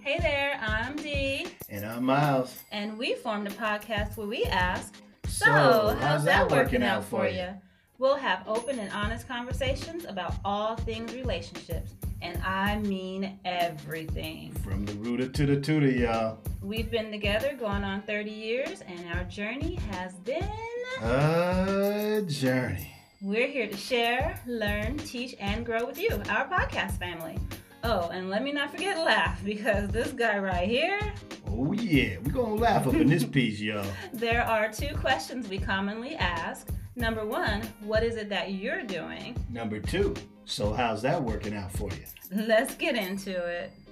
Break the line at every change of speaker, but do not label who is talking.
Hey there, I'm Dee,
And I'm Miles.
and we formed a podcast where we ask,
So,
So, how's that working out for you? We'll have open and honest conversations about all things relationships, and I mean everything.
From the rooter to the tutor, y'all.
We've been together going on 30 years, and our journey has been.
A journey.
We're here to share, learn, teach, and grow with you, our podcast family. Oh, and let me not forget laugh because this guy right here.
Oh yeah, we're gonna laugh up in this piece, y'all.
There are two questions we commonly ask. Number one, what is it that you're doing?
Number two. So how's that working out for you?
Let's get into it.